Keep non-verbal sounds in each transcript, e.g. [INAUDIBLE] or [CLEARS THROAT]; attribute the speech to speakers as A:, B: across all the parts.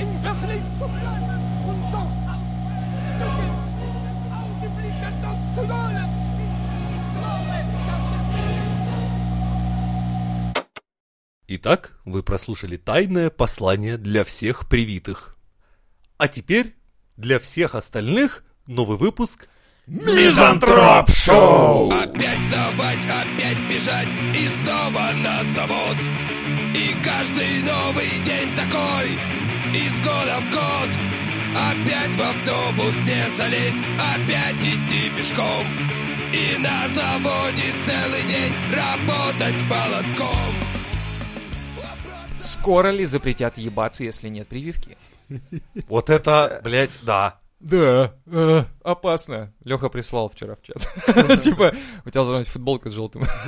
A: in Berlin zu bleiben und dort aufzustücken. Augenblick der Nationalen. Glauben, dass es
B: Итак, вы прослушали тайное послание для всех привитых. А теперь для всех остальных новый выпуск
C: Мизантроп Шоу!
D: А
E: Опять вставать, опять бежать И снова на завод И каждый новый день такой Из года в год Опять в автобус не залезть Опять идти пешком И на заводе целый день Работать молотком
D: Скоро ли запретят ебаться, если нет прививки?
B: Вот это, блядь, да.
D: Да, э, опасно. Леха прислал вчера в [LAUGHS] чат. Типа, у тебя должна быть футболка с желтым [LAUGHS]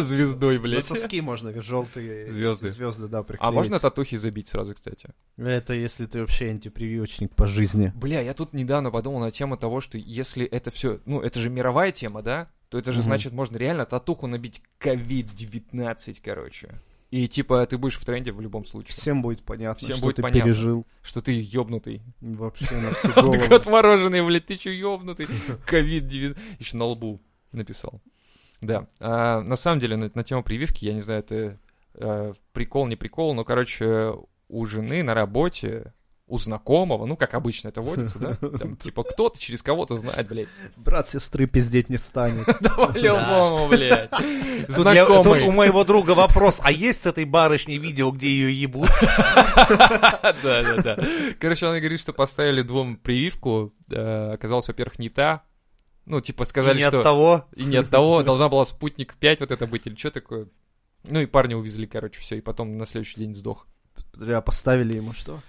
D: звездой,
C: На
D: блядь.
C: соски можно желтые
D: Звезды.
C: звезды да, приклеить.
D: А можно татухи забить сразу, кстати?
C: Это если ты вообще антипрививочник по жизни.
D: Бля, я тут недавно подумал на тему того, что если это все, ну, это же мировая тема, да? То это же значит, можно реально татуху набить COVID-19, короче. И типа ты будешь в тренде в любом случае.
C: Всем будет понятно,
D: Всем
C: что
D: будет
C: ты
D: понятно.
C: пережил
D: Что ты ёбнутый.
C: вообще на всю
D: [LAUGHS] Так
C: голову.
D: отмороженный, блядь, ты чё ёбнутый? [LAUGHS] Ковид-19. Еще на лбу написал. Да. А, на самом деле, на, на тему прививки, я не знаю, это э, прикол, не прикол, но, короче, у жены на работе у знакомого, ну, как обычно это
B: [LAUGHS]
D: водится, да? Там, типа, кто-то через кого-то знает, блядь. [LAUGHS]
C: Брат сестры пиздеть не станет.
D: Да по-любому, блядь.
B: Тут для-
D: Знакомый.
B: тут у моего друга вопрос, а есть с этой барышней видео, где ее ебут?
D: [LAUGHS] Да, да, да. Короче, она говорит, что поставили двум прививку, э, оказалось, во-первых, не та. Ну, типа, сказали,
B: Не
D: что...
B: от того.
D: И не
B: [LAUGHS]
D: от того, а должна была спутник 5 вот это быть или что такое. Ну и парня увезли, короче, все, и потом на следующий день сдох.
C: Бля, поставили ему что?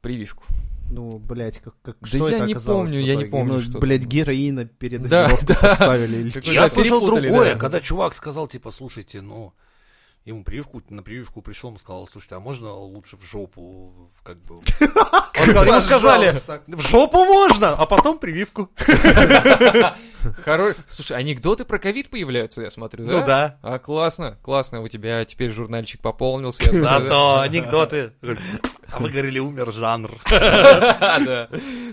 D: Прививку.
C: Ну, блядь, как, как
D: Да
C: что
D: я
C: это
D: не
C: оказалось
D: помню,
C: в
D: я не
C: итоге?
D: помню,
C: Ну,
D: что
C: блядь,
D: там.
C: героина перед
D: Да,
C: дозировкой
D: да.
C: поставили. или
D: Какой-то
C: чё?
B: Я слышал
D: перепутали,
B: другое,
D: да.
B: когда чувак сказал, типа, слушайте, ну, ему прививку, на прививку пришел, он сказал, слушайте, а можно лучше в жопу, как бы. Он сказал, Ему сказали,
C: Пожалуйста.
B: в жопу можно, а потом прививку.
D: Хоро... Слушай, анекдоты про ковид появляются, я смотрю, да?
B: Ну да.
D: А, классно, классно, у тебя теперь журнальчик пополнился, я смотрю,
B: Зато анекдоты. А вы говорили, умер
D: [LAUGHS]
B: жанр.
D: Да, да.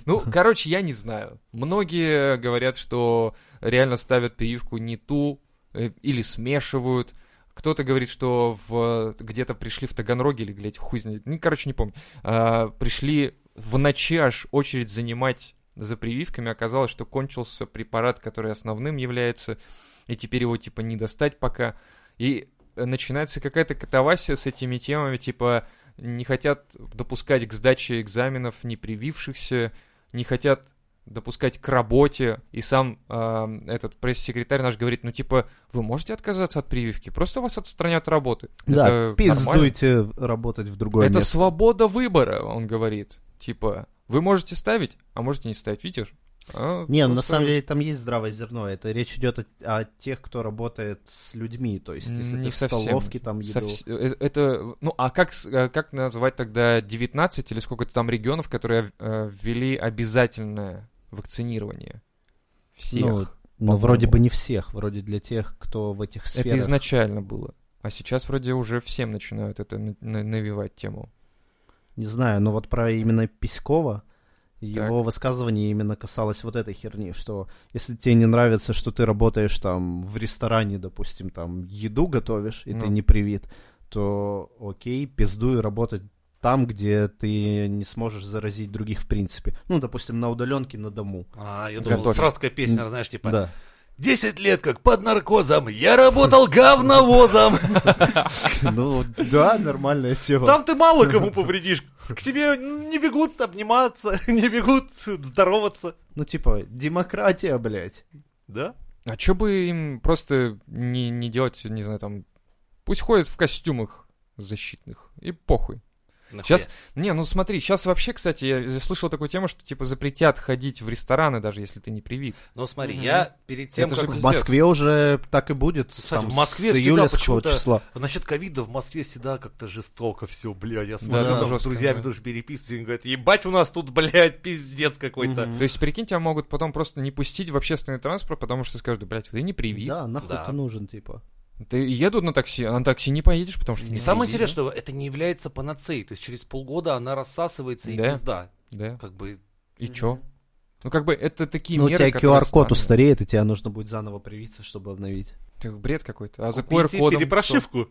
D: Ну, короче, я не знаю. Многие говорят, что реально ставят прививку не ту э, или смешивают. Кто-то говорит, что в, э, где-то пришли в Таганроге или, блядь, хуй знает. Ну, короче, не помню. А, пришли в ночи аж очередь занимать за прививками. Оказалось, что кончился препарат, который основным является, и теперь его, типа, не достать пока. И э, начинается какая-то катавасия с этими темами, типа, не хотят допускать к сдаче экзаменов непривившихся, не хотят допускать к работе. И сам э, этот пресс-секретарь наш говорит, ну типа, вы можете отказаться от прививки, просто вас отстранят от работы.
C: Да,
D: Это нормально.
C: пиздуйте работать в другое
D: Это
C: место.
D: свобода выбора, он говорит. Типа, вы можете ставить, а можете не ставить, видишь? А,
C: Не, ну, на
D: просто-
C: самом деле там есть здравое зерно. Это речь идет о, о тех, кто работает с людьми. То есть, если
D: Не
C: ты в
D: совсем.
C: столовке там еду...
D: Совс- э, Это, ну, а как, с- э, как назвать тогда 19 или сколько-то там регионов, которые э, ввели обязательное вакцинирование всех?
C: Ну, Но
D: по-моему.
C: вроде бы не всех, вроде для тех, кто в этих сферах.
D: Это изначально было. А сейчас вроде уже всем начинают это на- на- навевать тему.
C: Не знаю, но вот про именно Писькова, его высказывание именно касалось вот этой херни, что если тебе не нравится, что ты работаешь там в ресторане, допустим, там еду готовишь, и ты
D: Ну.
C: не привит, то окей, пиздуй работать там, где ты не сможешь заразить других в принципе. Ну, допустим, на удаленке на дому.
B: А, я думал,
D: Готовь.
B: сразу такая песня, знаешь, типа,
C: Да.
B: 10 лет как под наркозом, я работал
D: [LAUGHS]
B: говновозом.
C: [LAUGHS]
B: А
C: Ну, да, нормальная тема.
B: Там ты мало кому повредишь. К тебе не бегут обниматься, [LAUGHS] не бегут здороваться.
C: Ну, типа, демократия, блядь.
B: Да?
D: А чё бы им просто не, не делать, не знаю, там... Пусть ходят в костюмах защитных. И похуй.
B: Нахуя?
D: Сейчас, не, ну смотри, сейчас вообще, кстати, я я слышал такую тему, что типа запретят ходить в рестораны, даже если ты не привит.
B: Ну смотри,
D: Мгм.
B: я перед тем,
D: Это
B: как
D: же
B: пиздец.
C: В Москве уже так и будет.
B: Кстати,
C: там,
B: в Москве
C: с
B: всегда
C: июля с какого
B: почему-то-
C: числа.
B: Насчет ковида в Москве всегда как-то жестоко все, блядь. Я смотрю,
D: да,
B: там с
D: жестко,
B: друзьями
D: да.
B: тоже переписываюсь, и они говорят, ебать, у нас тут, блядь, пиздец какой-то.
C: Мгм.
D: То есть, прикинь, тебя могут потом просто не пустить в общественный транспорт, потому что скажут, блядь, ты не привит.
C: Да, нахуй
B: Да.
C: ты нужен, типа.
D: Ты едут на такси, а на такси не поедешь, потому что
B: И
D: не
B: самое
D: привит,
B: интересное, что это не является панацеей. То есть через полгода она рассасывается и
D: Да.
B: пизда.
D: Да,
B: Как бы
D: и чё? Ну, как бы это такие
C: Ну, у
D: меры,
C: тебя
D: которые
C: QR-код
D: странные.
C: устареет, и тебе нужно будет заново привиться, чтобы обновить. [LAUGHS]
D: Ты бред какой-то. А за
B: купите
D: QR-кодом что?
B: перепрошивку.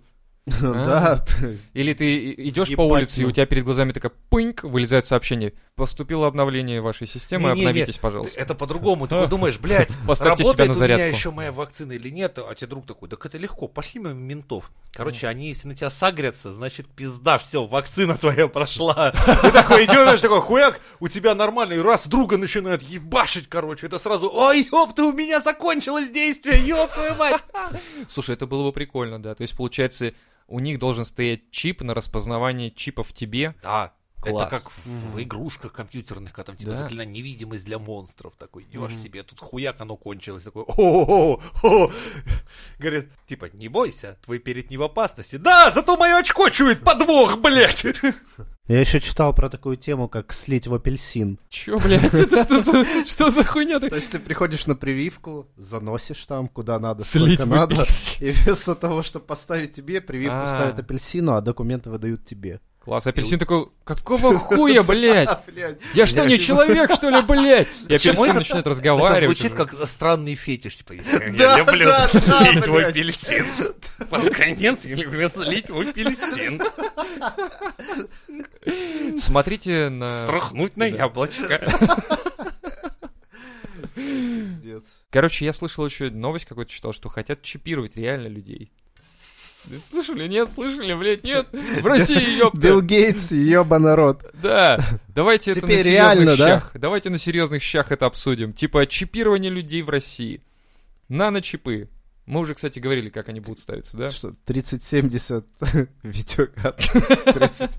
C: Да,
D: Или ты и- идешь по
C: Ебать,
D: улице, и
C: ну.
D: у тебя перед глазами такая пыньк, вылезает сообщение. Поступило обновление вашей системы,
B: Не-не-не,
D: обновитесь, пожалуйста.
B: Ты- Это по-другому. Ты подумаешь, блядь,
D: Поставьте
B: работает
D: себя на
B: у меня
D: зарядку.
B: еще моя вакцина или нет? А тебе друг такой, так это легко, пошли мимо ментов. Короче, они, если на тебя сагрятся, значит, пизда, все, вакцина твоя прошла. Ты такой идешь, знаешь, такой, хуяк, у тебя нормальный, раз друга начинают ебашить, короче, это сразу, ой, ёпта, у меня закончилось действие, ёб твою мать.
D: [LAUGHS] Слушай, это было бы прикольно, да. То есть, получается, у них должен стоять чип на распознавание чипа в тебе.
B: Да, А, это
D: Класс.
B: как в, в игрушках компьютерных, когда там типа
D: Да.
B: заклина невидимость для монстров. Такой, ешь себе, тут хуяк оно кончилось. Такой, о о [LAUGHS] Говорит, типа, не бойся, твой перед не в опасности. Да, зато мое очко чует подвох, блядь! [LAUGHS]
C: Я еще читал про такую тему, как слить в апельсин.
D: Чё, блядь, [LAUGHS] это что за, что за хуйня?
C: То есть ты приходишь на прививку, заносишь там, куда надо,
D: Слить
C: сколько
D: в
C: надо,
D: апельсин.
C: [LAUGHS] и вместо того, чтобы поставить тебе, прививку
D: А.
C: ставят апельсину, а документы выдают
B: [LAUGHS]
C: тебе.
D: [LAUGHS] Класс, а апельсин такой, какого хуя, блядь?
C: А, [LAUGHS] блядь.
B: [LAUGHS]
D: Я что, не человек, что ли, блядь? И
B: Почему
D: апельсин
B: это-
D: начинает
B: Это
D: разговаривать.
B: звучит
D: уже.
B: как странный фетиш. Типа, я
D: [LAUGHS]
C: Да,
B: люблю
C: да, да,
B: слить твой
C: блядь.
B: апельсин. Под конец я люблю слить твой апельсин.
D: Смотрите на...
B: Страхнуть на яблочко.
C: Пиздец.
D: Короче, я слышал еще новость какую-то читал, что хотят чипировать реально людей. Слышали? Нет, слышали, блядь, нет. В России,
C: Билл
D: ёпта.
C: Гейтс, ёба народ.
D: Да. Давайте это на
C: Теперь реально,
D: серьезных
C: да?
D: щах. Давайте на серьезных щах это обсудим. Типа чипирование людей в России. Наночипы. Мы уже, кстати, говорили, как они будут ставиться, да?
C: Что, 3070 [LAUGHS] видеокарт, 3080.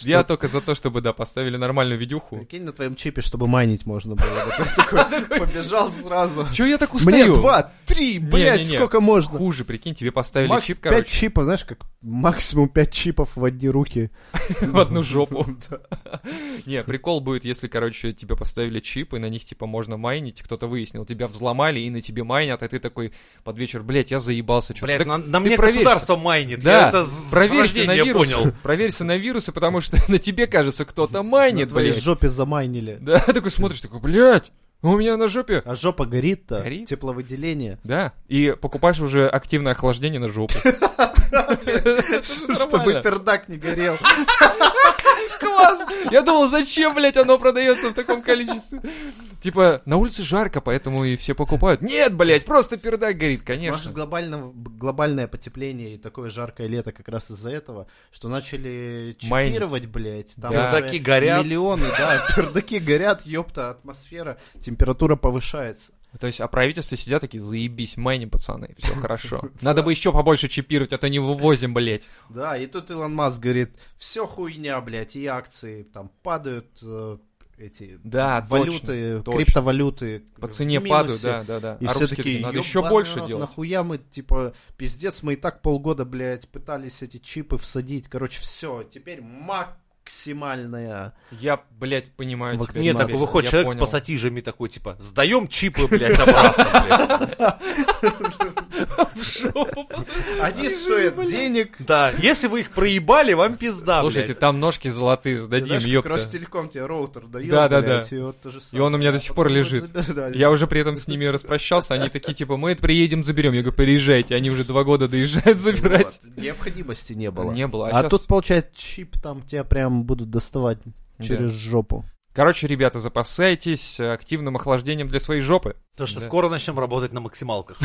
D: Я
C: Что?
D: только за то, чтобы, да, поставили нормальную видюху.
C: Прикинь, на твоем чипе, чтобы майнить можно было. Вот
D: [LAUGHS]
C: Ты такой побежал сразу.
D: Чего я так устаю?
C: Мне два, три, блядь,
D: Не-не-не.
C: сколько можно?
D: Хуже, прикинь, тебе поставили
C: Макс-
D: чип,
C: пять
D: короче,
C: чипов, знаешь, как максимум пять чипов в одни руки.
B: [LAUGHS]
D: в одну [LAUGHS] жопу. Не, прикол будет, если, короче, тебе поставили чип, и на них, типа, можно майнить, кто-то выяснил, тебя взломали, и на тебе майнят, а ты такой под вечер, блядь, я заебался. чё-то».
B: Блядь,
D: Так
B: на, на
D: ты
B: мне
D: проверься.
B: государство майнит.
D: Да,
B: я это с
D: проверься на
B: рождения
D: вирусы,
B: понял.
D: [LAUGHS] проверься на вирусы, потому что [LAUGHS] на тебе, кажется, кто-то майнит,
C: На твоей
D: блядь.
C: жопе замайнили.
D: Да, [LAUGHS] такой смотришь, такой, блядь, у меня на жопе.
C: А жопа горит-то,
D: Горит?
C: тепловыделение.
D: Да, и покупаешь уже активное охлаждение
B: [LAUGHS]
D: на жопу. [LAUGHS]
C: Чтобы пердак не горел.
D: Класс! Я думал, зачем, блядь, оно продается в таком количестве? Типа, на улице жарко, поэтому и все покупают. Нет, блядь, просто пердак горит,
C: Может,
D: конечно.
C: глобально, глобальное потепление и такое жаркое лето как раз из-за этого, что начали
D: Майнить.
C: чипировать, блядь. Там
D: Да.
C: уже
B: Пердаки горят.
C: Миллионы,
B: [LAUGHS]
C: да, пердаки горят, ёпта, атмосфера, температура повышается.
D: То есть, а правительство сидят такие, заебись, майним, пацаны,
C: [LAUGHS]
D: все хорошо. Надо бы еще побольше чипировать, а то не вывозим, блядь.
C: Да, и тут Илон Маск говорит, все хуйня, блядь, и акции там падают, э, эти
D: Да,
C: валюты,
D: точно, точно.
C: криптовалюты
D: По
C: в
D: цене
C: минусе.
D: падают, да, да, да.
C: И
D: А
C: все
D: русские
C: такие, «Ну,
D: надо
C: «Ёбаный
D: еще больше
C: рот,
D: делать.
C: Нахуя мы, типа, пиздец, мы и так полгода, блядь, пытались эти чипы всадить. Короче, все, теперь максимальная.
D: Я, блядь, понимаю тебя.
C: Нет,
B: Нет,
C: так
D: Макс,
B: такой выходит
D: я
B: человек
D: понял.
B: с пассатижами такой, типа, сдаем чипы, блядь, обратно, блядь.
D: [LAUGHS]
B: [LAUGHS]
D: В жопу, пацаны.
C: Они стоят денег.
B: Да, если вы их проебали, вам пизда,
D: Слушайте,
B: блядь.
D: там ножки золотые
C: Ты
D: сдадим,
C: знаешь, как
D: ёпта.
C: Ростелеком тебе роутер дает,
D: Да, да,
C: блядь,
D: да.
C: и вот то же
D: И он у меня до
C: самое.
D: сих пор
C: Потом вот
D: лежит.
C: забирали.
D: Я уже при этом с ними распрощался, они такие, типа, мы это приедем, заберем. Я говорю, приезжайте. Они уже два года доезжают [LAUGHS] забирать.
C: Вот, Необходимости не было.
D: Не было.
C: А
D: А, щас-
C: тут, получается, чип там тебя прям будут доставать через жопу.
D: Короче, ребята, запасайтесь э, активным охлаждением для своей жопы.
B: Потому что
D: Да.
B: скоро начнем работать на
D: [LAUGHS]
B: максималках.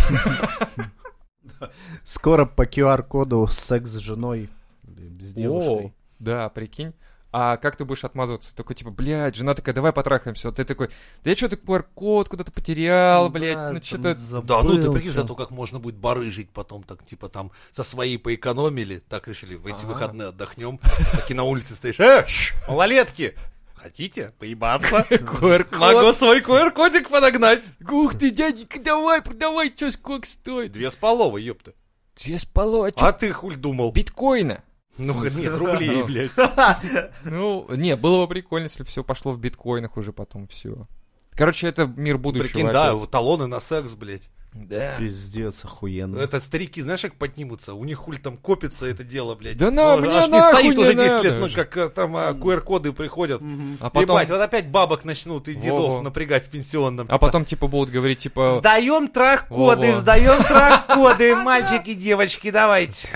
C: Скоро по QR-коду секс с женой. или С девушкой.
D: Да, прикинь. а как ты будешь отмазываться? Такой, типа, блядь, жена такая, давай потрахаемся. Вот ты такой, да я что-то QR-код куда-то потерял, блядь, ну что-то...
B: Да, ну ты прикинь, зато как можно будет барыжить потом, так типа там со своей поэкономили, так решили, в эти
D: А.
B: выходные отдохнем, таки на улице стоишь, э, шш, малолетки, хотите поебаться?
D: [LAUGHS]
B: Могу
D: QR-код.
B: свой QR-кодик подогнать.
D: Ух ты, дяденька, давай, продавай, чё, сколько стоит?
B: Две с половой, ёпта.
D: Две с половиной, а чё?
B: А ты хуль думал?
D: Биткоина.
B: Ну,
D: В смысле?
B: нет, рублей,
D: [LAUGHS] Ну,
B: блядь.
D: Ну, не, было бы прикольно, если бы все пошло в биткоинах уже потом все. Короче, это мир будущего.
B: Прикинь, да,
D: опять.
B: вот талоны на секс, блядь.
D: Да.
C: Пиздец, охуенно.
B: Это старики, знаешь, как поднимутся? У них хуль там копится это дело, блядь.
D: Да на,
B: Ну,
D: мне
B: аж не
D: нахуй
B: стоит
D: не
B: уже 10 лет,
D: надо
B: ну,
D: же.
B: как э, там а, QR-коды приходят.
D: А потом,
B: Ебать, вот опять бабок начнут и дедов
D: Во-во.
B: напрягать в пенсионном.
D: а потом типа будут говорить типа,
B: Сдаем трах-коды,
D: Во-во.
B: сдаем
D: [LAUGHS]
B: трах-коды, мальчики, девочки, давайте.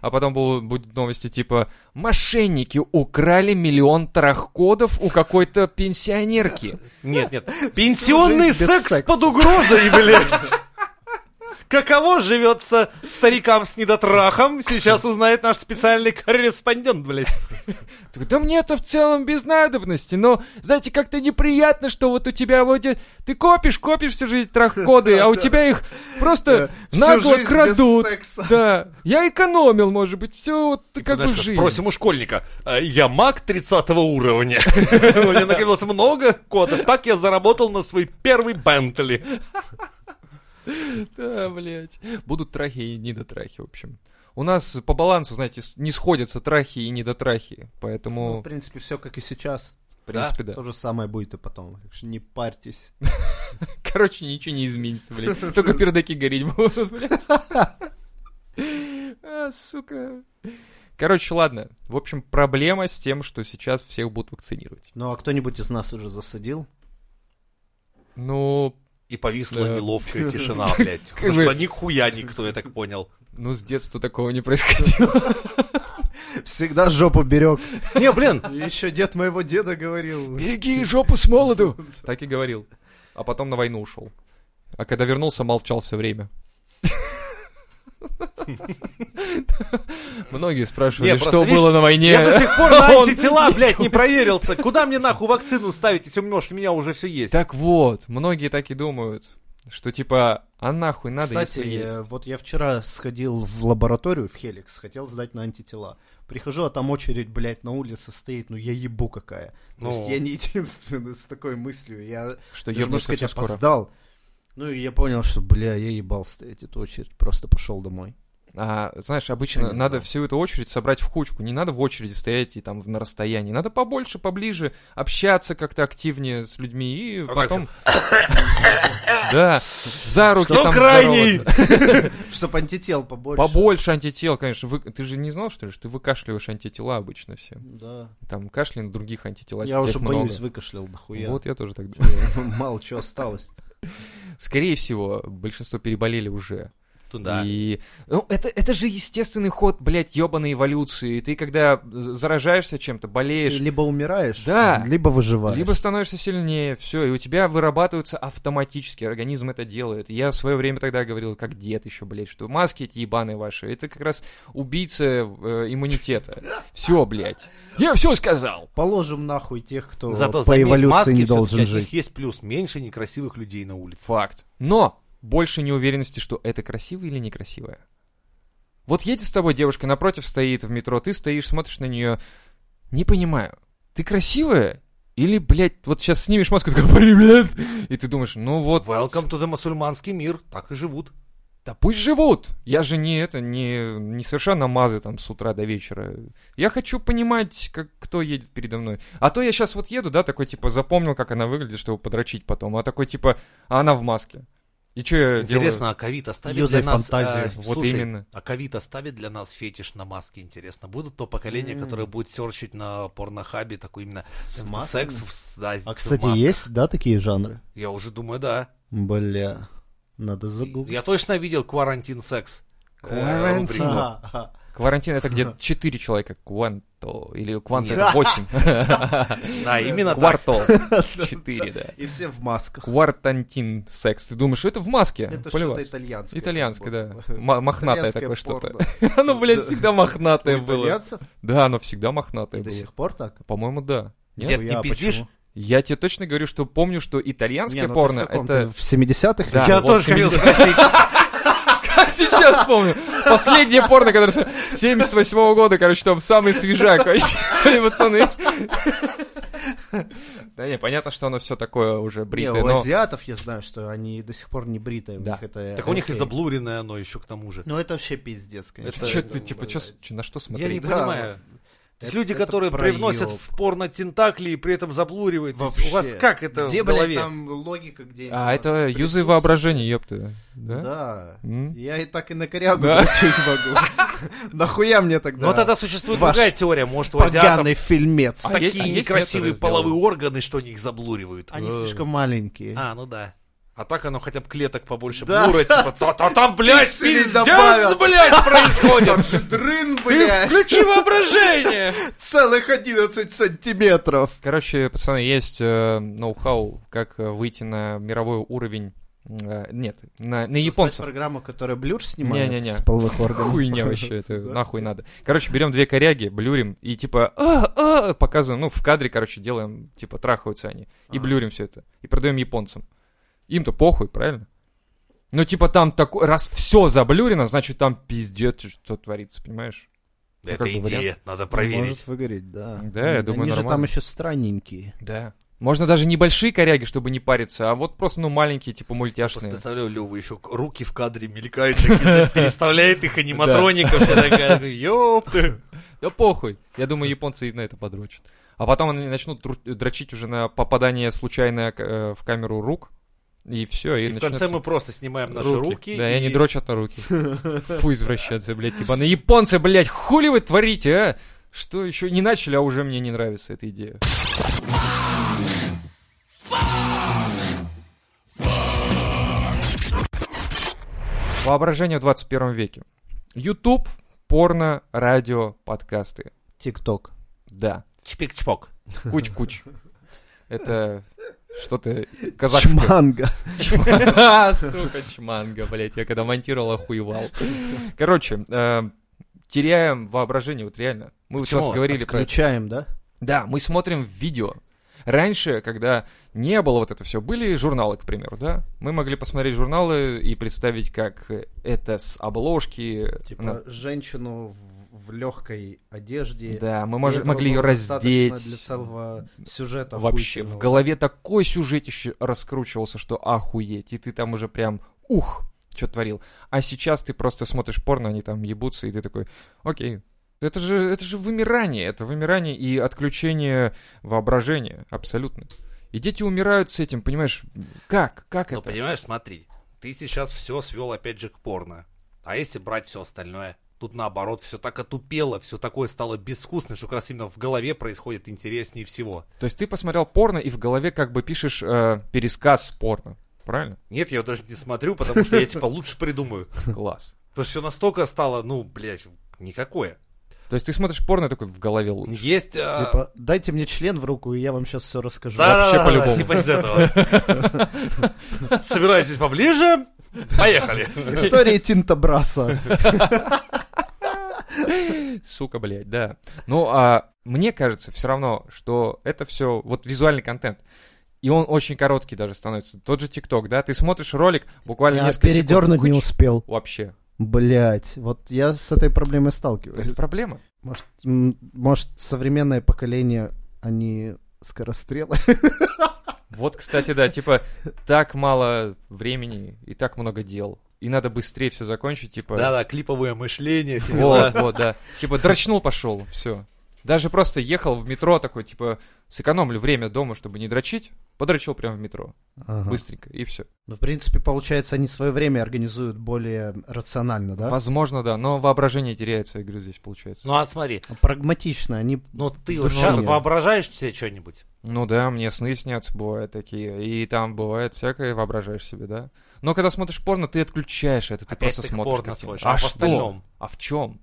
D: а потом бу- будут новости типа, мошенники украли миллион трахкодов у какой-то пенсионерки.
B: Нет, нет. Пенсионный
C: жизнь без
B: секс
C: секса.
B: под
D: [LAUGHS]
B: угрозой, блядь. Каково живется старикам с недотрахом, сейчас узнает наш специальный корреспондент, блядь.
D: Так, Да мне это в целом без надобности, но, знаете, как-то неприятно, что вот у тебя вот э- ты копишь, копишь всю жизнь трахкоды, а у тебя их просто
C: Всю
D: нагло
C: жизнь без
D: крадут.
C: секса.
D: Да, я экономил, может быть, все вот как
B: Ну,
D: бы
B: Знаешь,
D: жизнь.
B: а Спросим у школьника. «А, Я маг 30 уровня. [LAUGHS] У меня накопилось много кодов. Так я заработал на свой первый Бентли.
D: Да, блядь. Будут трахи и недотрахи, в общем. У нас по балансу, знаете, с- не сходятся трахи и недотрахи,
C: Ну, в
D: поэтому,
C: принципе, все как и сейчас.
D: в принципе, да.
C: То же самое будет и потом. Так что не парьтесь. [LAUGHS]
D: Короче, ничего не изменится, блядь. Только пердаки гореть будут, блядь. А, сука. Короче, ладно. В общем, проблема с тем, что сейчас всех будут вакцинировать.
C: Ну, а кто-нибудь из нас уже засадил?
D: Ну,
B: И повисла
D: Да.
B: неловкая тишина, блядь.
D: Как
B: Потому
D: бы-
B: что нихуя никто, я так понял.
D: ну с детства такого не происходило.
C: Всегда жопу берег.
B: Не, блин,
C: Еще дед моего деда говорил.
D: Береги жопу с молоду. [LAUGHS] Так и говорил. А потом на войну ушел. А когда вернулся, молчал все время. [LAUGHS] Многие спрашивали,
B: Не, просто,
D: что
B: видишь,
D: было на войне.
B: я до сих пор на
D: Он-
B: антитела, блядь, не проверился. Куда мне нахуй вакцину ставить, если у меня, уж- у меня уже все есть?
D: [LAUGHS] Так вот, многие так и думают, что типа, а нахуй надо,
C: Кстати,
D: если
C: э,
D: есть.
C: вот я вчера сходил в лабораторию в Хеликс, хотел сдать на антитела. Прихожу, а там очередь, блядь, на улице стоит, ну я ебу какая.
B: Ну.
C: То есть я не [LAUGHS] единственный с такой мыслью. Я,
D: Что
C: даже, можно
D: ебнуться
C: сказать,
D: все скоро.
C: опоздал. Ну и я понял, что, бля, я ебал стоять эту очередь, просто пошел домой.
D: А, знаешь,
C: Я
D: обычно
C: не
D: надо
C: знал.
D: всю эту очередь собрать в кучку. Не надо в очереди стоять и там на расстоянии. Надо побольше, поближе общаться как-то активнее с людьми и
B: как
D: потом... Да, за руки
B: Кто
D: там
B: крайний?
D: здороваться.
C: Чтоб антител побольше.
D: Побольше антител, конечно. Вы- Ты же не знал, что ли, что ты выкашливаешь антитела обычно все?
C: Да.
D: Там кашли на других антител. если
C: я
D: у
C: уже
D: тебя их много.
C: боюсь, выкашлял дохуя.
D: Вот я тоже так думаю.
C: [LAUGHS] Мало чего осталось.
D: Скорее всего, большинство переболели уже.
B: Туда.
D: И... Ну, это, это же естественный ход, блядь, ебаной эволюции. Ты когда з- заражаешься чем-то,
C: Ты
D: болеешь,
C: либо умираешь,
D: Да.
C: либо выживаешь.
D: либо становишься сильнее, все, и у тебя вырабатываются автоматически, организм это делает. Я в свое время тогда говорил, как дед еще, блядь, что маски эти ебаные ваши, это как раз убийца э, иммунитета. Все, блядь. Я все сказал.
C: Положим нахуй тех, кто
B: Зато
C: по
B: заметь,
C: эволюции
B: маски
C: не
B: всё-таки
C: должен
B: от
C: жить.
B: них есть плюс. Меньше некрасивых людей на улице.
D: Факт. Но больше неуверенности, что это красиво или некрасивое. Вот едет с тобой девушка, напротив стоит в метро, ты стоишь, смотришь на нее. Не понимаю, ты красивая? Или, блядь, вот сейчас снимешь маску, такой, привет! И ты думаешь, ну вот,
B: Welcome to the мусульманский мир. Так и живут.
D: да пусть живут! Я же не это, не, не совершенно мазы там с утра до вечера. Я хочу понимать, как, кто едет передо мной. А то я сейчас вот еду, да, такой, типа, запомнил, как она выглядит, чтобы подрочить потом. А такой, типа, а она в маске. И что я делаю?
B: Интересно, а ковид оставит для
C: Юзай
B: нас...
C: фантазию.
B: э,
D: Вот
B: слушай,
D: именно.
B: А ковид оставит для нас фетиш на маске, интересно. Будут то поколение,
C: М.
B: которое будет серчить на порнохабе такой именно
C: С
B: э,
C: масками?
B: секс в да,
C: А,
B: с
C: кстати,
B: маской.
C: есть, да, такие жанры?
B: Я уже думаю, да.
C: Бля, надо загуглить.
B: Я точно видел кварантин секс.
D: Quarantine.
B: Э, рубрику.
C: Ага.
D: Карантин это
C: [LAUGHS]
D: где-то 4 человека, кванто, или кванто это
B: Да.
D: 8.
B: Да,
C: Э,
B: именно так.
D: Квартол. 4, да.
C: И все в масках.
D: Квартантин секс. Ты думаешь, это в маске?
C: Это
D: Плевать.
C: что-то итальянское.
D: Итальянское, да.
C: Вот.
D: Ма- Мохнатое
C: Итальянское
D: такое [LAUGHS] что-то.
C: порно.
D: Оно, блядь, всегда
C: У
D: мохнатое было.
C: итальянцев
D: Да, оно всегда мохнатое
C: до
D: было.
C: сих пор так?
D: По-моему, да. Нет?
B: Нет,
C: Хуя,
B: не пиздишь?
C: почему?
D: Я тебе точно говорю, что помню, что итальянское
C: Не, ну ты
D: порно
C: в каком?
D: это...
C: Ты в 70-х?
D: Да.
B: Я
D: вот
B: тоже [LAUGHS]
C: [LAUGHS]
B: хотел спросить.
D: Как [LAUGHS] сейчас помню? Последнее порно, которое... с- 78 года, короче, там самый свежак вообще, [LAUGHS] пацаны. Да не, понятно, что оно все такое уже
C: Не,
D: бритое,
C: у
D: но...
C: азиатов я знаю, что они до сих пор не бритые. у
D: Да.
C: них это
B: Так у них и
C: окей.
B: заблуренное оно еще к тому же.
C: Ну это вообще пиздец, конечно.
B: Это-
D: Че ты, типа, чё с- чё- на что
B: Я не
D: смотреть?
C: Да.
B: понимаю. То есть
C: Это-
B: люди,
C: это
B: которые
C: проёб.
B: привносят в порно тентакли и при этом заблуривают. То есть У вас
C: Вообще.
B: как это
C: Где,
B: в
C: блядь,
B: голове?
C: там логика где
D: А, это юзы воображения, ёпты.
C: Да.
D: Да? М?
C: Я и так и на корягу
D: Да.
C: дрочить могу. Нахуя мне тогда?
B: Но Ну, тогда существует
C: Ваш
B: другая теория. Может, у азиатов
C: Поганый фильмец.
D: А есть- а
B: такие
D: есть
B: некрасивые
D: методы сделать?
B: половые органы, что они их заблуривают.
C: Они слишком маленькие.
B: А, ну да. А так оно хотя бы клеток побольше
C: Да.
B: блурать, типа, «Та- та там, блядь,
C: Пикселей
B: пиздец,
C: добавил».
B: блядь, [LAUGHS] происходит.
C: Там же дрын,
B: Ты
C: блядь,
B: включи воображение.
C: целых 11 сантиметров.
D: [LAUGHS] Короче, пацаны, есть э, ноу-хау, как э, выйти на мировой уровень... м, э, нет, на, на японцев.
C: программу, которая блюр снимает
D: Не-не-не.
C: с половых органов.
D: Хуйня вообще, это
C: Да.
D: нахуй надо. Короче, берем две коряги, блюрим и типа «А, а», показываем, ну, в кадре, короче, делаем, типа, трахаются они. И
C: А.
D: блюрим все это. И продаем японцам. Им-то похуй, правильно? Ну, типа, там такой, раз все заблюрено, значит, там пиздец, что творится, понимаешь? Ну, как
B: Это
D: бы
B: идея, надо проверить.
C: Может выгореть, да.
D: Да, я думаю,
C: Они же
D: нормально.
C: там еще странненькие.
D: Да. Можно даже небольшие коряги, чтобы не париться, а вот просто, ну, маленькие, типа,
B: Просто
D: мультяшные.
B: представляю, Лёва еще к- руки в кадре мелькают, такие,
D: [LAUGHS]
B: знаешь, переставляет их аниматроников. Я такая, ёпты.
D: Да похуй. Я думаю, японцы и на это подрочат. А потом они начнут дру- дрочить уже на попадание случайно к- э, в камеру рук. И все, и,
B: И в конце
D: начнется
B: мы просто снимаем наши
D: руки.
B: руки.
D: Да, и они
B: и-
D: дрочат на руки. Фу, извращаться, блядь, на Японцы, блядь, хули вы творите, а? Что еще не начали, а уже мне не нравится эта идея. Воображение в 21 веке. Ютуб, порно, радио, подкасты.
C: Тик-ток.
D: Да.
B: Чпик-чпок.
D: Куч-куч. Это что-то казахское.
C: Чманга.
D: А, сука, чманга, блядь, я когда монтировал, охуевал. Короче, э, теряем воображение, вот реально. Мы вот
B: Почему?
D: сейчас говорили про... это.
C: Включаем, да?
D: Да, мы смотрим видео. Раньше, когда не было вот это все, были журналы, к примеру, да? Мы могли посмотреть журналы и представить, как это с обложки.
C: Типа
D: на-
C: женщину в, легкой одежде.
D: Да, мы
C: И
D: мож-
C: этого
D: могли ее
C: было достаточно
D: раздеть.
C: Для целого сюжета.
D: Вообще, в
C: охуительного.
D: голове такой сюжетище раскручивался, что охуеть, и ты там уже прям ух, что творил. А сейчас ты просто смотришь порно, они там ебутся, и ты такой, окей. Это же, это же вымирание, это вымирание и отключение воображения, абсолютно. И дети умирают с этим, понимаешь? Как? Как
B: Ну,
D: это?
B: понимаешь, смотри, ты сейчас все свел опять же к порно. А если брать все остальное? Тут наоборот, все так отупело, все такое стало безвкусное, что как раз именно в голове происходит интереснее всего.
D: То есть ты посмотрел порно и в голове как бы пишешь э, пересказ порно,
B: [LAUGHS]
D: правильно?
B: Нет, я его даже не смотрю, потому что я типа лучше придумаю.
D: Класс.
B: Потому что все настолько стало, ну, блядь, никакое.
D: То есть ты смотришь порно и такой в голове лучше.
B: Есть... а,
C: Типа, дайте мне член в руку, и я вам сейчас все расскажу.
B: да,
D: вообще
B: да, да,
D: по-любому.
B: Типа из этого. Собирайтесь поближе. Поехали.
C: История Тинта [LAUGHS] Браса.
D: Сука, блядь, да. Ну, а мне кажется все равно, что это все вот визуальный контент. И он очень короткий даже становится. Тот же ТикТок, да? Ты смотришь ролик буквально
C: Я
D: несколько секунд.
C: передернуть не
D: Хуч.
C: успел.
D: Вообще.
C: Блять, вот я с этой проблемой сталкиваюсь.
D: Это проблема.
C: Может, м, может современное поколение, они скорострелы?
D: Вот, кстати, да, типа, так мало времени и так много дел. И надо быстрее все закончить, типа...
B: Да-да, клиповое мышление, все дела.
D: Вот, вот, да. Типа, дрочнул, пошел, все. Даже просто ехал в метро такой, типа, сэкономлю время дома, чтобы не дрочить, подрочил прямо в метро.
C: Ага.
D: Быстренько, и все.
C: Ну, в принципе, получается, они свое время организуют более рационально, да?
D: Возможно, да, но воображение теряется, я говорю, здесь получается.
B: Ну, а смотри,
C: Прагматично, они...
B: ну ты вот
C: Ну,
B: сейчас
C: нет.
B: воображаешь себе что-нибудь?
D: Ну да, мне сны снятся бывают такие, и там бывает всякое, воображаешь себе, да? Но когда смотришь порно, ты отключаешь это, ты
B: Опять
D: просто
B: ты к
D: смотришь
B: порно
D: картину.
B: сводишь,
D: а
B: а в
D: что?
B: остальном?
D: А в чем?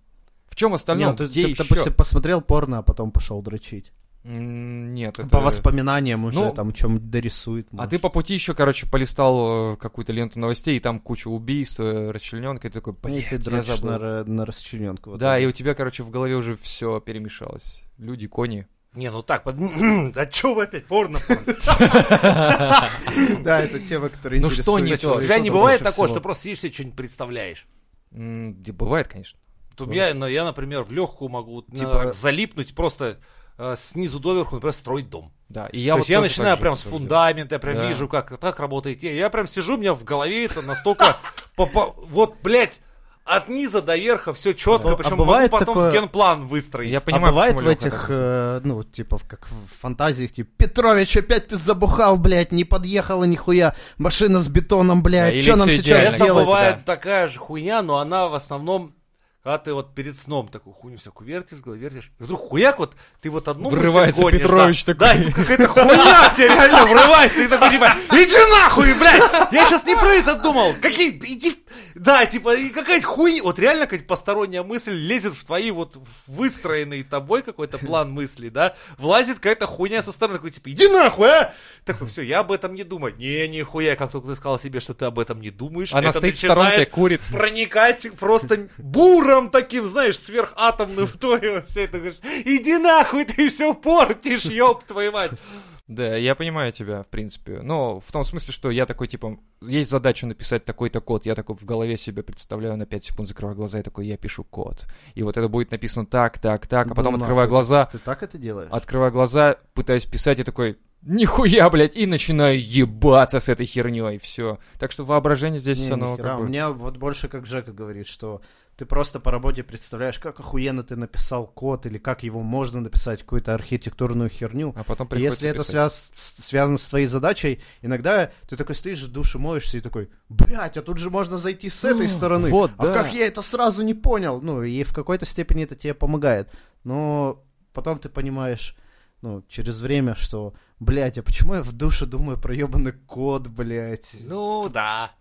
D: В чем остальном?
C: Нет, ну, ты,
D: Где
C: ты,
D: еще?
C: допустим, посмотрел порно, а потом пошел дрочить.
D: М, Нет, это...
C: По воспоминаниям уже
D: Ну,
C: там чем дорисует.
D: А
C: может.
D: ты по пути еще, короче, полистал э, какую-то ленту новостей, и там куча убийств, э, расчлененка, и ты такой,
C: Ну, И
D: блядь,
C: ты
D: я
C: дрочишь на,
D: забыл.
C: ра- на расчлененку.
D: Да, и у тебя, короче, в голове уже все перемешалось. Люди, кони.
B: Не, ну так, под- [CLEARS THROAT] да чё вы опять, порно, порно.
D: [LAUGHS]
C: [LAUGHS] Да, это тема, которая
D: Ну
C: интересует
D: что не
B: У
D: делать?
C: человека
B: тебя не
C: больше
B: бывает такого,
C: всего.
B: что просто сидишь себе что-нибудь представляешь?
D: М, да Бывает, конечно.
B: То
D: Ну.
B: я, но ну, я, например, в легкую могу на-
C: Типа-
B: залипнуть просто э, снизу доверху, например, строить дом.
D: Да, и я
B: То
D: вот
B: есть я
D: тоже
B: начинаю
D: так же
B: прям с
D: тоже делаю.
B: фундамента, я прям
D: Да.
B: вижу, как так работает. те- Я прям сижу, у меня в голове это настолько... [LAUGHS] попа- Вот, блядь, от низа до верха все четко,
C: А
B: причем могу
C: бывает
B: потом
C: такое-
B: сгенплан выстроить.
D: Я понимаю,
C: а бывает в
D: почему Лёха так
C: этих,
D: делает.
C: э, ну, типа, в- как в фантазиях, типа, Петрович, опять ты забухал, блядь, не подъехала нихуя, машина с бетоном,
D: Да,
C: блядь,
D: или
C: что нам
D: всё
C: сейчас
D: идеально,
B: Это
D: делать,
C: делать?
B: бывает
D: да.
B: такая же хуйня, но она в основном, когда ты вот перед сном такую хуйню всякую вертишь, в голове вертишь, и вдруг хуяк, вот ты вот одну мысль
D: Врывается
B: гонишь,
D: Петрович
B: да,
D: такой.
B: Да, и тут какая-то хуйня в тебя реально врывается, и такой типа, иди нахуй, блядь, я сейчас не про это думал, какие, иди, в- да, типа, и какая-то хуйня, вот реально какая-то посторонняя мысль лезет в твои вот выстроенный тобой какой-то план мыслей, да, влазит какая-то хуйня со стороны, такой типа, иди нахуй, а! Такой, все, я об этом не думаю. Не, нихуя, как только ты сказал себе, что ты об этом не думаешь,
D: Она
B: это
D: стоит в
B: начинает [LAUGHS]
D: сторонке, курит.
B: проникать просто буром таким, знаешь, сверхатомным [LAUGHS] в твое все это. Говоришь, иди нахуй, ты все портишь, ёб твою мать.
D: Да, я понимаю тебя, в принципе. Но в том смысле, что я такой, типа, есть задача написать такой-то код. Я такой в голове себе представляю на 5 секунд, закрываю глаза и такой, я пишу код. И вот это будет написано так, так, так. А
C: Да
D: потом
C: нахуй.
D: открываю глаза,
C: Ты так это делаешь?
D: открываю глаза, пытаюсь писать и такой, нихуя, блядь, и начинаю ебаться с этой херней. Все. Так что воображение здесь
C: Не,
D: все оно
C: нихера.
D: как бы...
C: У меня вот больше как Жека говорит, что ты просто по работе представляешь, как охуенно ты написал код, или как его можно написать, какую-то архитектурную херню.
D: А потом
C: И
D: приходится
C: Если это
D: писать.
C: связ- с- связано с твоей задачей, иногда ты такой стоишь в душе, моешься и такой, блядь, а тут же можно зайти с этой стороны.
D: вот
C: а
D: да.
C: как я это сразу не понял? Ну, и в какой-то степени это тебе помогает. Но потом ты понимаешь, ну, через время, что, блядь, а почему я в душе думаю про ебаный код, блядь? Ну,
B: Ну да.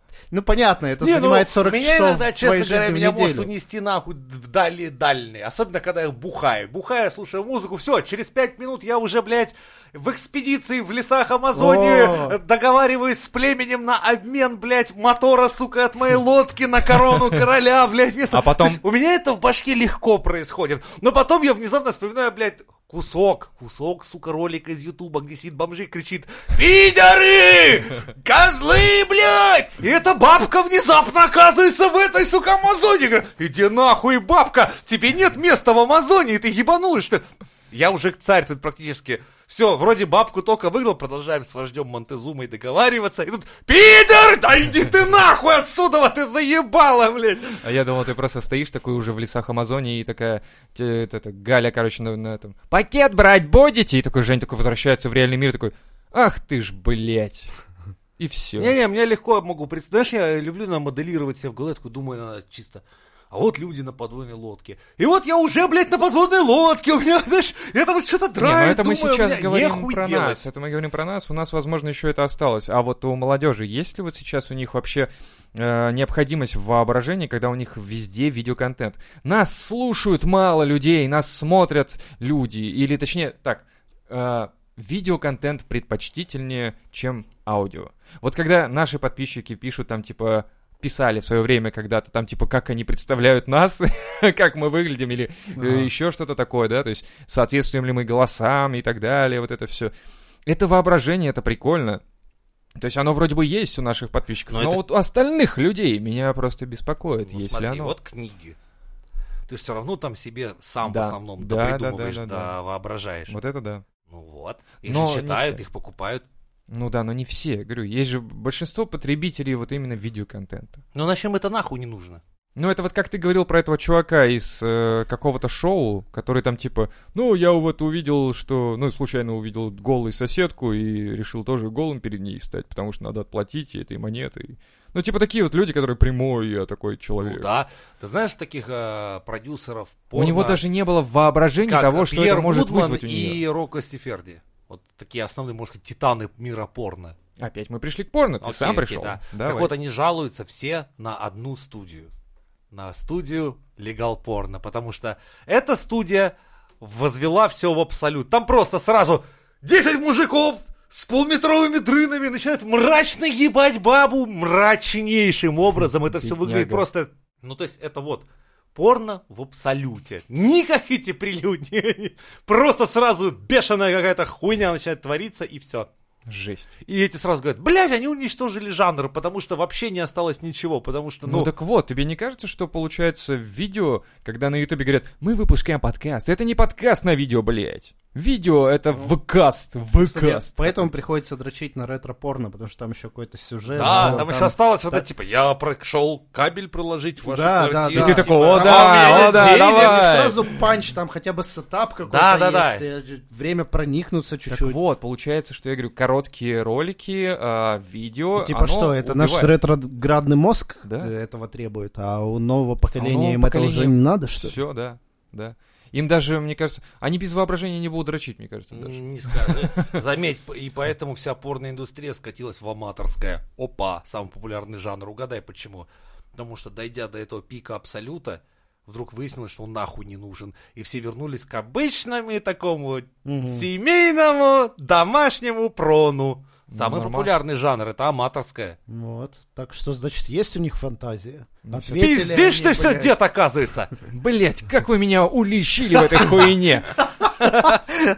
C: понятно, это
B: Не, ну,
C: занимает 40
B: меня
C: часов
B: иногда,
C: твоей
B: честно
C: жизни
B: говоря,
C: в
B: меня может
C: неделю.
B: унести нахуй вдали дальние. Особенно, когда я бухаю. Бухаю, слушаю музыку, все, через пять минут я уже, блядь, в экспедиции в лесах Амазонии
C: О.
B: э, договариваюсь с племенем на обмен, блядь, мотора, сука, от моей лодки на корону короля, блядь, вместо...
D: А потом-
B: То есть у меня это в башке легко происходит. Но потом я внезапно вспоминаю, блядь, кусок, кусок, сука, ролика из Ютуба, где сидит бомжи и кричит «Пидоры! Козлы, блядь!» И эта бабка внезапно оказывается в этой, сука, Амазонии. Говорю, Иди нахуй, бабка, тебе нет места в Амазонии, ты ебанулась, что ли?» Я уже царь тут практически. Все, вроде бабку только выгнал, продолжаем с вождем Монтезумой договариваться. И тут «Пидор! Да иди ты нахуй отсюда, вот ты заебала, блядь!»
D: А я думал, ты просто стоишь такой уже в лесах Амазонии и такая, те- это, это, Галя, короче, на, на этом, пакет брать будете? И такой Жень такой возвращается в реальный мир и такой, ах ты ж, блядь. И все.
B: Не-не, мне легко я могу представить. Знаешь, я люблю на моделировать себя в голове, такой думаю, надо чисто. А вот люди на подводной лодке. И вот я уже, блядь, на подводной лодке. У меня, знаешь, это вот что-то
D: Не, ну
B: драйв.
D: это
B: думаю,
D: мы сейчас
B: бля,
D: говорим
B: нехуй
D: про
B: делать.
D: нас, это мы говорим про нас, у нас, возможно, еще это осталось. А вот у молодежи есть ли вот сейчас у них вообще э, необходимость в воображении, когда у них везде видеоконтент? Нас слушают мало людей, нас смотрят люди, или точнее, так, э, видеоконтент предпочтительнее, чем аудио. Вот когда наши подписчики пишут там типа писали в свое время когда-то там типа как они представляют нас, [LAUGHS] как мы выглядим или еще что-то такое, да, то есть соответствуем ли мы голосам и так далее, вот это все. Это воображение, это прикольно. То есть оно вроде бы есть у наших подписчиков,
B: Но
D: но,
B: это-
D: вот у остальных людей меня просто беспокоит,
B: Ну,
D: если
B: смотри,
D: оно.
B: вот книги. Ты все равно там себе сам в
D: Да.
B: основном
D: Да, да,
B: придумываешь, да,
D: да, да, да.
B: воображаешь.
D: Вот это да.
B: Ну вот. Их
D: Но
B: же
D: не
B: читают,
D: все.
B: их покупают.
D: Ну да, но не все, я говорю, есть же большинство потребителей вот именно видеоконтента.
B: Но зачем Ну, это нахуй не нужно?
D: Ну, это вот как ты говорил про этого чувака из э, какого-то шоу, который там типа, ну, я вот увидел, что, ну, случайно увидел голую соседку и решил тоже голым перед ней стать, потому что надо отплатить ей этой монетой. Ну, типа такие вот люди, которые прямой, я такой человек.
B: Ну да. Ты знаешь таких э, продюсеров
D: У него
B: порно,
D: даже не было воображения
B: как
D: того, что
B: Пьер
D: это может
B: Гудман
D: вызвать у нее.
B: и Рокко Стеферди. Вот такие основные, может сказать, титаны мира порно.
D: Опять мы пришли к порно, ты
B: Окей,
D: сам
B: окей,
D: пришел.
B: да.
D: Давай.
B: Так вот, они жалуются все на одну студию. на студию Легал Порно, потому что эта студия возвела все в абсолют. Там просто сразу 10 мужиков с полметровыми дрынами начинают мрачно ебать бабу мрачнейшим образом. Это все выглядит
D: Бедняга.
B: просто... Ну, то есть это вот порно в абсолюте. Никакие эти прелюдии. [LAUGHS] Просто сразу бешеная какая-то хуйня начинает твориться, и все.
D: Жесть.
B: И эти сразу говорят, блядь, они уничтожили жанр, потому что вообще не осталось ничего, потому что,
D: Ну,
B: ну,
D: так вот, тебе не кажется, что получается в видео, когда на Ютубе говорят, мы выпускаем подкаст, это не подкаст на видео, блядь. Видео это вкаст,
C: Кстати,
D: вкаст.
C: Ну, Поэтому приходится дрочить на ретро-порно, потому что там еще какой-то сюжет.
B: да,
C: но
B: ну, там еще осталось вот это, типа, я прошел кабель проложить в вашу
C: Да, да,
B: квартиру.
D: И
C: да.
D: ты
B: Типа,
D: такой, о
B: «А, у меня
D: да, о
B: есть
D: да,
B: деньги».
D: давай.
C: Сразу панч, там хотя бы сетап какой-то
B: Да-да-да.
C: есть, э, время проникнуться
D: Так
C: чуть-чуть.
D: вот, получается, что я говорю, короткие ролики, а, видео.
C: Ну, типа
D: оно
C: что, это наш
D: убивает.
C: ретроградный мозг
D: Да.
C: этого требует, а у нового поколения
D: А у нового
C: им это уже
D: поколения
C: не надо, что ли?
D: Все, да, да. Им даже, мне кажется, они без воображения не будут дрочить, мне кажется, даже.
B: Не скажи. Заметь, п- и поэтому вся порноиндустрия скатилась в аматорское. Опа, самый популярный жанр. Угадай, почему? Потому что, дойдя до этого пика абсолюта, вдруг выяснилось, что он нахуй не нужен. И все вернулись к обычному такому семейному домашнему прону. Самый
D: Нормас.
B: популярный жанр это аматорское.
C: Вот. Так что, значит, есть у них фантазия. Ответили
B: Пиздишь
C: они,
B: ты все,
C: блядь.
B: дед, оказывается.
D: Блять, как вы меня улещили в этой хуйне!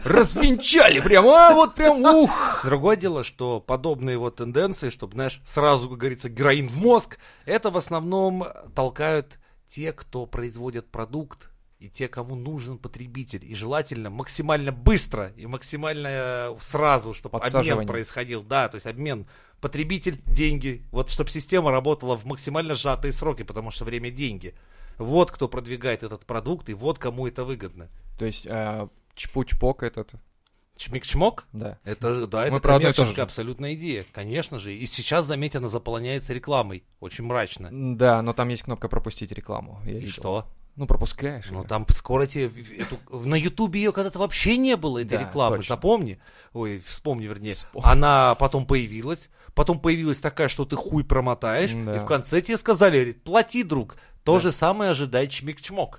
D: Развенчали прямо, а вот прям
C: [LAUGHS]
D: ух!
B: Другое дело, что подобные вот тенденции, чтобы, знаешь, сразу, как говорится, героин в мозг, это в основном толкают те, кто производит продукт, и те, кому нужен потребитель. И желательно максимально быстро и максимально э, сразу, чтобы обмен
D: Подсаживание.
B: происходил. Да, то есть обмен потребитель, деньги. Вот чтобы система работала в максимально сжатые сроки, потому что время – деньги. Вот кто продвигает этот продукт, и вот кому это выгодно.
D: То есть, а, чпу-чпок этот,
B: Чмик-чмок?
D: да.
B: Это, да, это
D: Мы про одно и то
B: коммерческая
D: же.
B: абсолютная идея, конечно же. И сейчас, заметь, она заполняется рекламой. Очень мрачно.
D: Да, но там есть кнопка пропустить рекламу. я
B: И
D: видел.
B: что?
D: Ну, пропускаешь.
B: Ну
D: её.
B: там скоро тебе... в- в- эту- На Ютубе ее когда-то вообще не было, этой
D: Да,
B: рекламы.
D: точно.
B: Запомни. Ой, вспомни, вернее.
D: Вспомни.
B: Она потом появилась. Потом появилась такая, что ты хуй промотаешь.
D: М-да.
B: И в конце тебе сказали, плати, друг. То же самое ожидай чмик-чмок.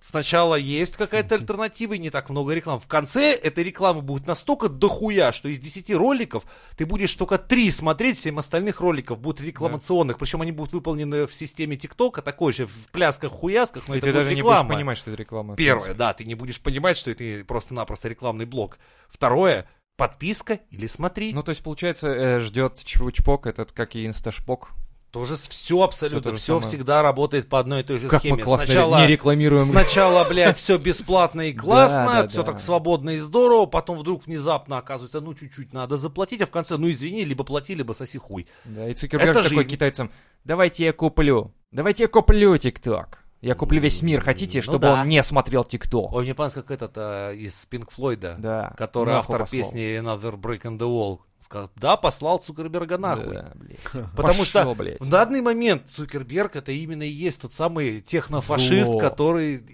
B: Сначала есть какая-то альтернатива и не так много реклам. В конце этой рекламы будет настолько дохуя, что из 10 роликов ты будешь только 3 смотреть, 7 остальных роликов будут рекламационных. Причем они будут выполнены в системе ТикТока, такой же, в плясках-хуясках, но
D: И
B: это
D: ты
B: будет
D: даже не будешь
B: реклама.
D: понимать, что это реклама. в
B: Первое,
D: принципе.
B: да, ты не будешь понимать, что это просто-напросто рекламный блок. Второе, подписка или смотри.
D: Ну, то есть, получается, э, ждет чпу-чпок этот, как и инсташпок.
B: Тоже все абсолютно, все,
D: Всё то же самое.
B: всегда работает по одной и той же
D: Как
B: схеме.
D: мы классно
B: Сначала-
D: не рекламируем.
B: Сначала, блядь, все бесплатно и классно,
D: Да, да,
B: все
D: да.
B: так свободно и здорово, потом вдруг внезапно оказывается, ну чуть-чуть надо заплатить, а в конце, ну извини, либо плати, либо соси хуй.
D: Да, и Цукерберг
B: Это
D: такой
B: жизнь.
D: китайцам, давайте я куплю, давайте я куплю ТикТок. Я куплю весь мир, хотите,
B: Ну
D: чтобы
B: да.
D: он не смотрел ТикТок?
B: Ой, мне понравился, как этот э, из Пинк Флойда,
D: Да.
B: который
D: нахуй
B: автор
D: послал.
B: песни Another Break in the Wall, сказал, да, послал Цукерберга нахуй.
D: Да, блядь.
B: Потому
D: Пошёл,
B: что
D: блядь.
B: в данный момент Цукерберг это именно и есть тот самый технофашист,
D: Зло.
B: который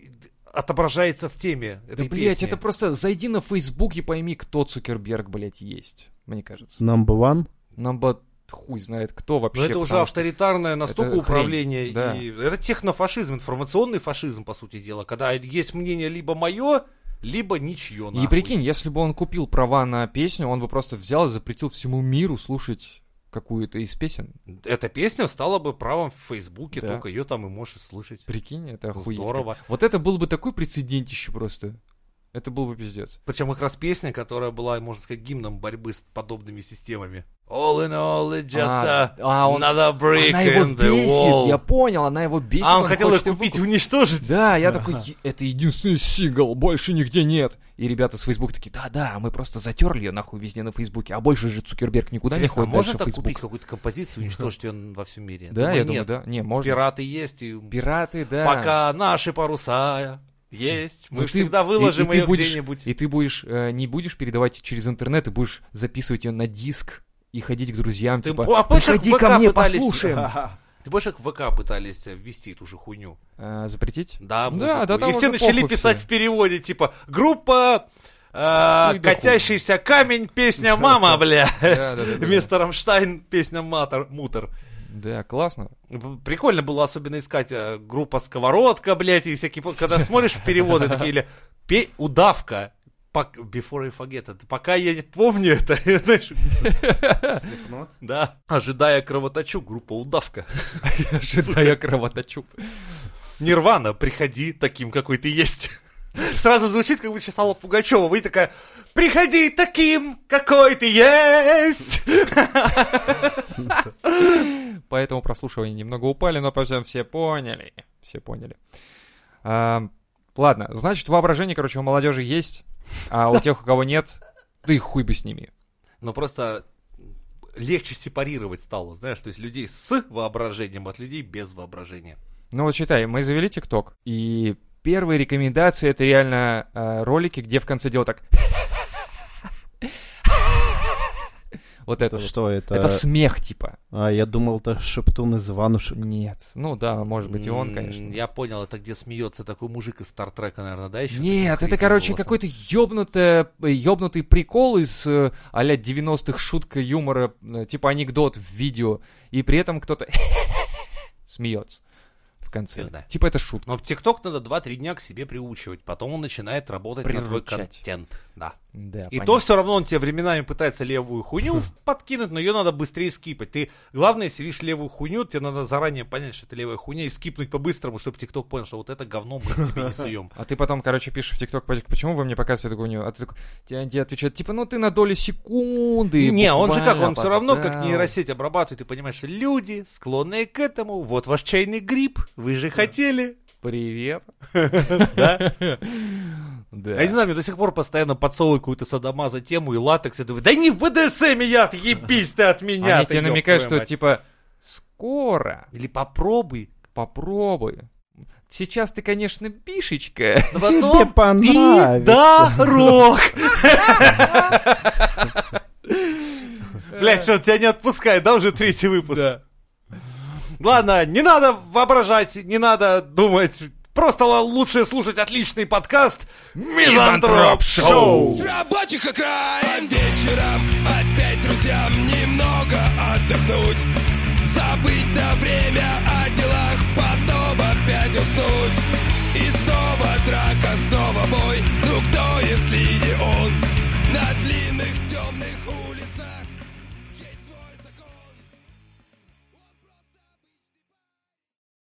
B: отображается в теме
D: Да,
B: этой
D: блядь,
B: песни.
D: это просто зайди на Фейсбук и пойми, кто Цукерберг, блядь, есть. Мне кажется.
C: Number one.
D: Нам бы хуй знает, кто вообще.
B: Но это уже
D: потому что-
B: авторитарное настолько
D: это хрень,
B: управление.
D: да.
B: и это технофашизм, информационный фашизм, по сути дела. Когда есть мнение либо мое, либо ничье.
D: И прикинь, если бы он купил права на песню, он бы просто взял и запретил всему миру слушать какую-то из песен.
B: Эта песня стала бы правом в Фейсбуке,
D: Да.
B: только ее там и можешь слышать.
D: Прикинь, это
B: Ну,
D: охуеть.
B: здорово.
D: как. Вот это был бы такой прецедент еще просто. Это был бы пиздец.
B: Причем как раз песня, которая была, можно сказать, гимном борьбы с подобными системами. All in all, it just
D: А,
B: a-
D: а он-
B: another break
D: Она его
B: in the
D: бесит,
B: wall.
D: я понял, она его бесит.
B: а он, хотел ее
D: хочет
B: купить и
D: выкуп-
B: уничтожить.
D: Да, я такой, «Е- это единственный сингл, больше нигде нет. И ребята с Фейсбука такие, да-да, мы просто затерли ее нахуй везде на Фейсбуке, а больше же Цукерберг никуда
B: Интересно, а
D: не ходит
B: можно
D: дальше
B: так купить
D: Фейсбука.
B: какую-то композицию, и уничтожить ее во всем мире?
D: Да, я думаю,
B: нет.
D: да. Не, можно.
B: Пираты есть, и
D: Пираты, да.
B: Пока наши паруса есть, мы
D: Ну,
B: ж
D: ты-
B: всегда выложим
D: и- и ты
B: ее
D: будешь-
B: где-нибудь.
D: И ты будешь, э, не будешь передавать через интернет, ты будешь записывать ее на диск и ходить к друзьям,
B: Ты-
D: типа,
B: а помнишь, как
D: приходи
B: в
D: ко
B: ВК
D: мне,
B: пытались-
D: послушаем.
B: Ты [LAUGHS] больше как в ВК пытались ввести эту же хуйню.
D: А, запретить?
B: Да,
D: Да,
B: музыку.
D: да, там
B: И все
D: уже
B: начали
D: похуй
B: писать
D: всем.
B: в переводе, типа, группа э,
D: Хуй да
B: «Катящийся
D: [LAUGHS]
B: камень», песня «Мама», бля.
D: Да, да, да, да.
B: Вместо «Рамштайн» песня «Матер», «Мутер».
D: Да,
B: [LAUGHS]
D: классно.
B: Прикольно было особенно искать э, группа «Сковородка», блядь, и всякие... по- Когда смотришь в переводы такие, или «Пе- «Удавка», пок- Before I forget it. Пока я не помню это, [LAUGHS] знаешь,
C: Slipknot.
B: да. Ожидая кровоточу, группа «Удавка».
D: Да, я кровоточу.
B: Нирвана, приходи таким, какой ты есть. [LAUGHS] Сразу звучит, как будто сейчас Алла Пугачева. Вы такая, приходи таким, какой ты есть.
D: Поэтому прослушивания немного упали, но потом все поняли. Все поняли. А, ладно, значит, воображение, короче, у молодежи есть, а у тех, у кого нет, да и хуй бы с ними.
B: Но просто легче сепарировать стало, знаешь, то есть людей с воображением от людей без воображения.
D: Ну вот считай, мы завели ТикТок, и первые рекомендации это реально э, ролики, где в конце дело так... Вот это
C: Это
D: вот.
C: что это?
D: Это смех, типа.
C: А, я думал, это шептун из Иванушек.
D: Нет. Ну да, может быть, и он,
B: М,
D: конечно.
B: Я понял, это где смеется такой мужик из Стартрека, наверное, да, еще?
D: Нет, это, короче, какой-то ёбнутый, ёбнутый прикол из э, а-ля 90-х шутка юмора, э, типа анекдот в видео, и при этом кто-то [LAUGHS] смеется в конце.
B: Не знаю.
D: Типа это шутка.
B: Но ТикТок надо 2-3 дня к себе приучивать, потом он начинает работать на твой
D: Приручать.
B: контент. Да.
D: Да,
B: И то
D: понятно.
B: все равно он тебе временами пытается левую
D: [LAUGHS]
B: хуйню подкинуть, но ее надо быстрее скипать. Ты, главное, если видишь левую хуйню, тебе надо заранее понять, что это левая хуйня, и скипнуть по-быстрому, чтобы ТикТок понял, что вот это говно мы тебе
D: [LAUGHS]
B: не суем.
D: А ты потом, короче, пишешь в ТикТок, Вадик, почему вы мне показываете такую хуйню? А ты такой, тебе, тебе отвечают, типа, ну ты на долю секунды.
B: Не, он же как, он
D: буквально
B: все равно как
D: опоздал».
B: нейросеть обрабатывает, и понимаешь, что люди, склонные к этому, вот ваш чайный гриб, вы же хотели.
D: Привет.
B: Да?
D: Да.
B: А Я не знаю, мне до сих пор постоянно подсовывают какую-то садомаза тему и латекс. Я думаю, да не в БДСМе я, отъебись ты от меня.
D: Они
B: ты,
D: тебе
B: ёб
D: намекают,
B: твою
D: что,
B: мать.
D: типа, скоро
B: Или попробуй.
D: попробуй. Сейчас ты, конечно, бишечка.
B: Да
C: Тебе
B: потом
C: понравится.
B: И дорог. Блять, что, тебя не отпускает, да, уже третий выпуск? Ладно, не надо воображать, не надо думать. Просто л- лучше слушать отличный подкаст «Мизантроп Шоу».
E: С рабочих окраин вечером опять друзьям немного отдохнуть Забыть на время Ну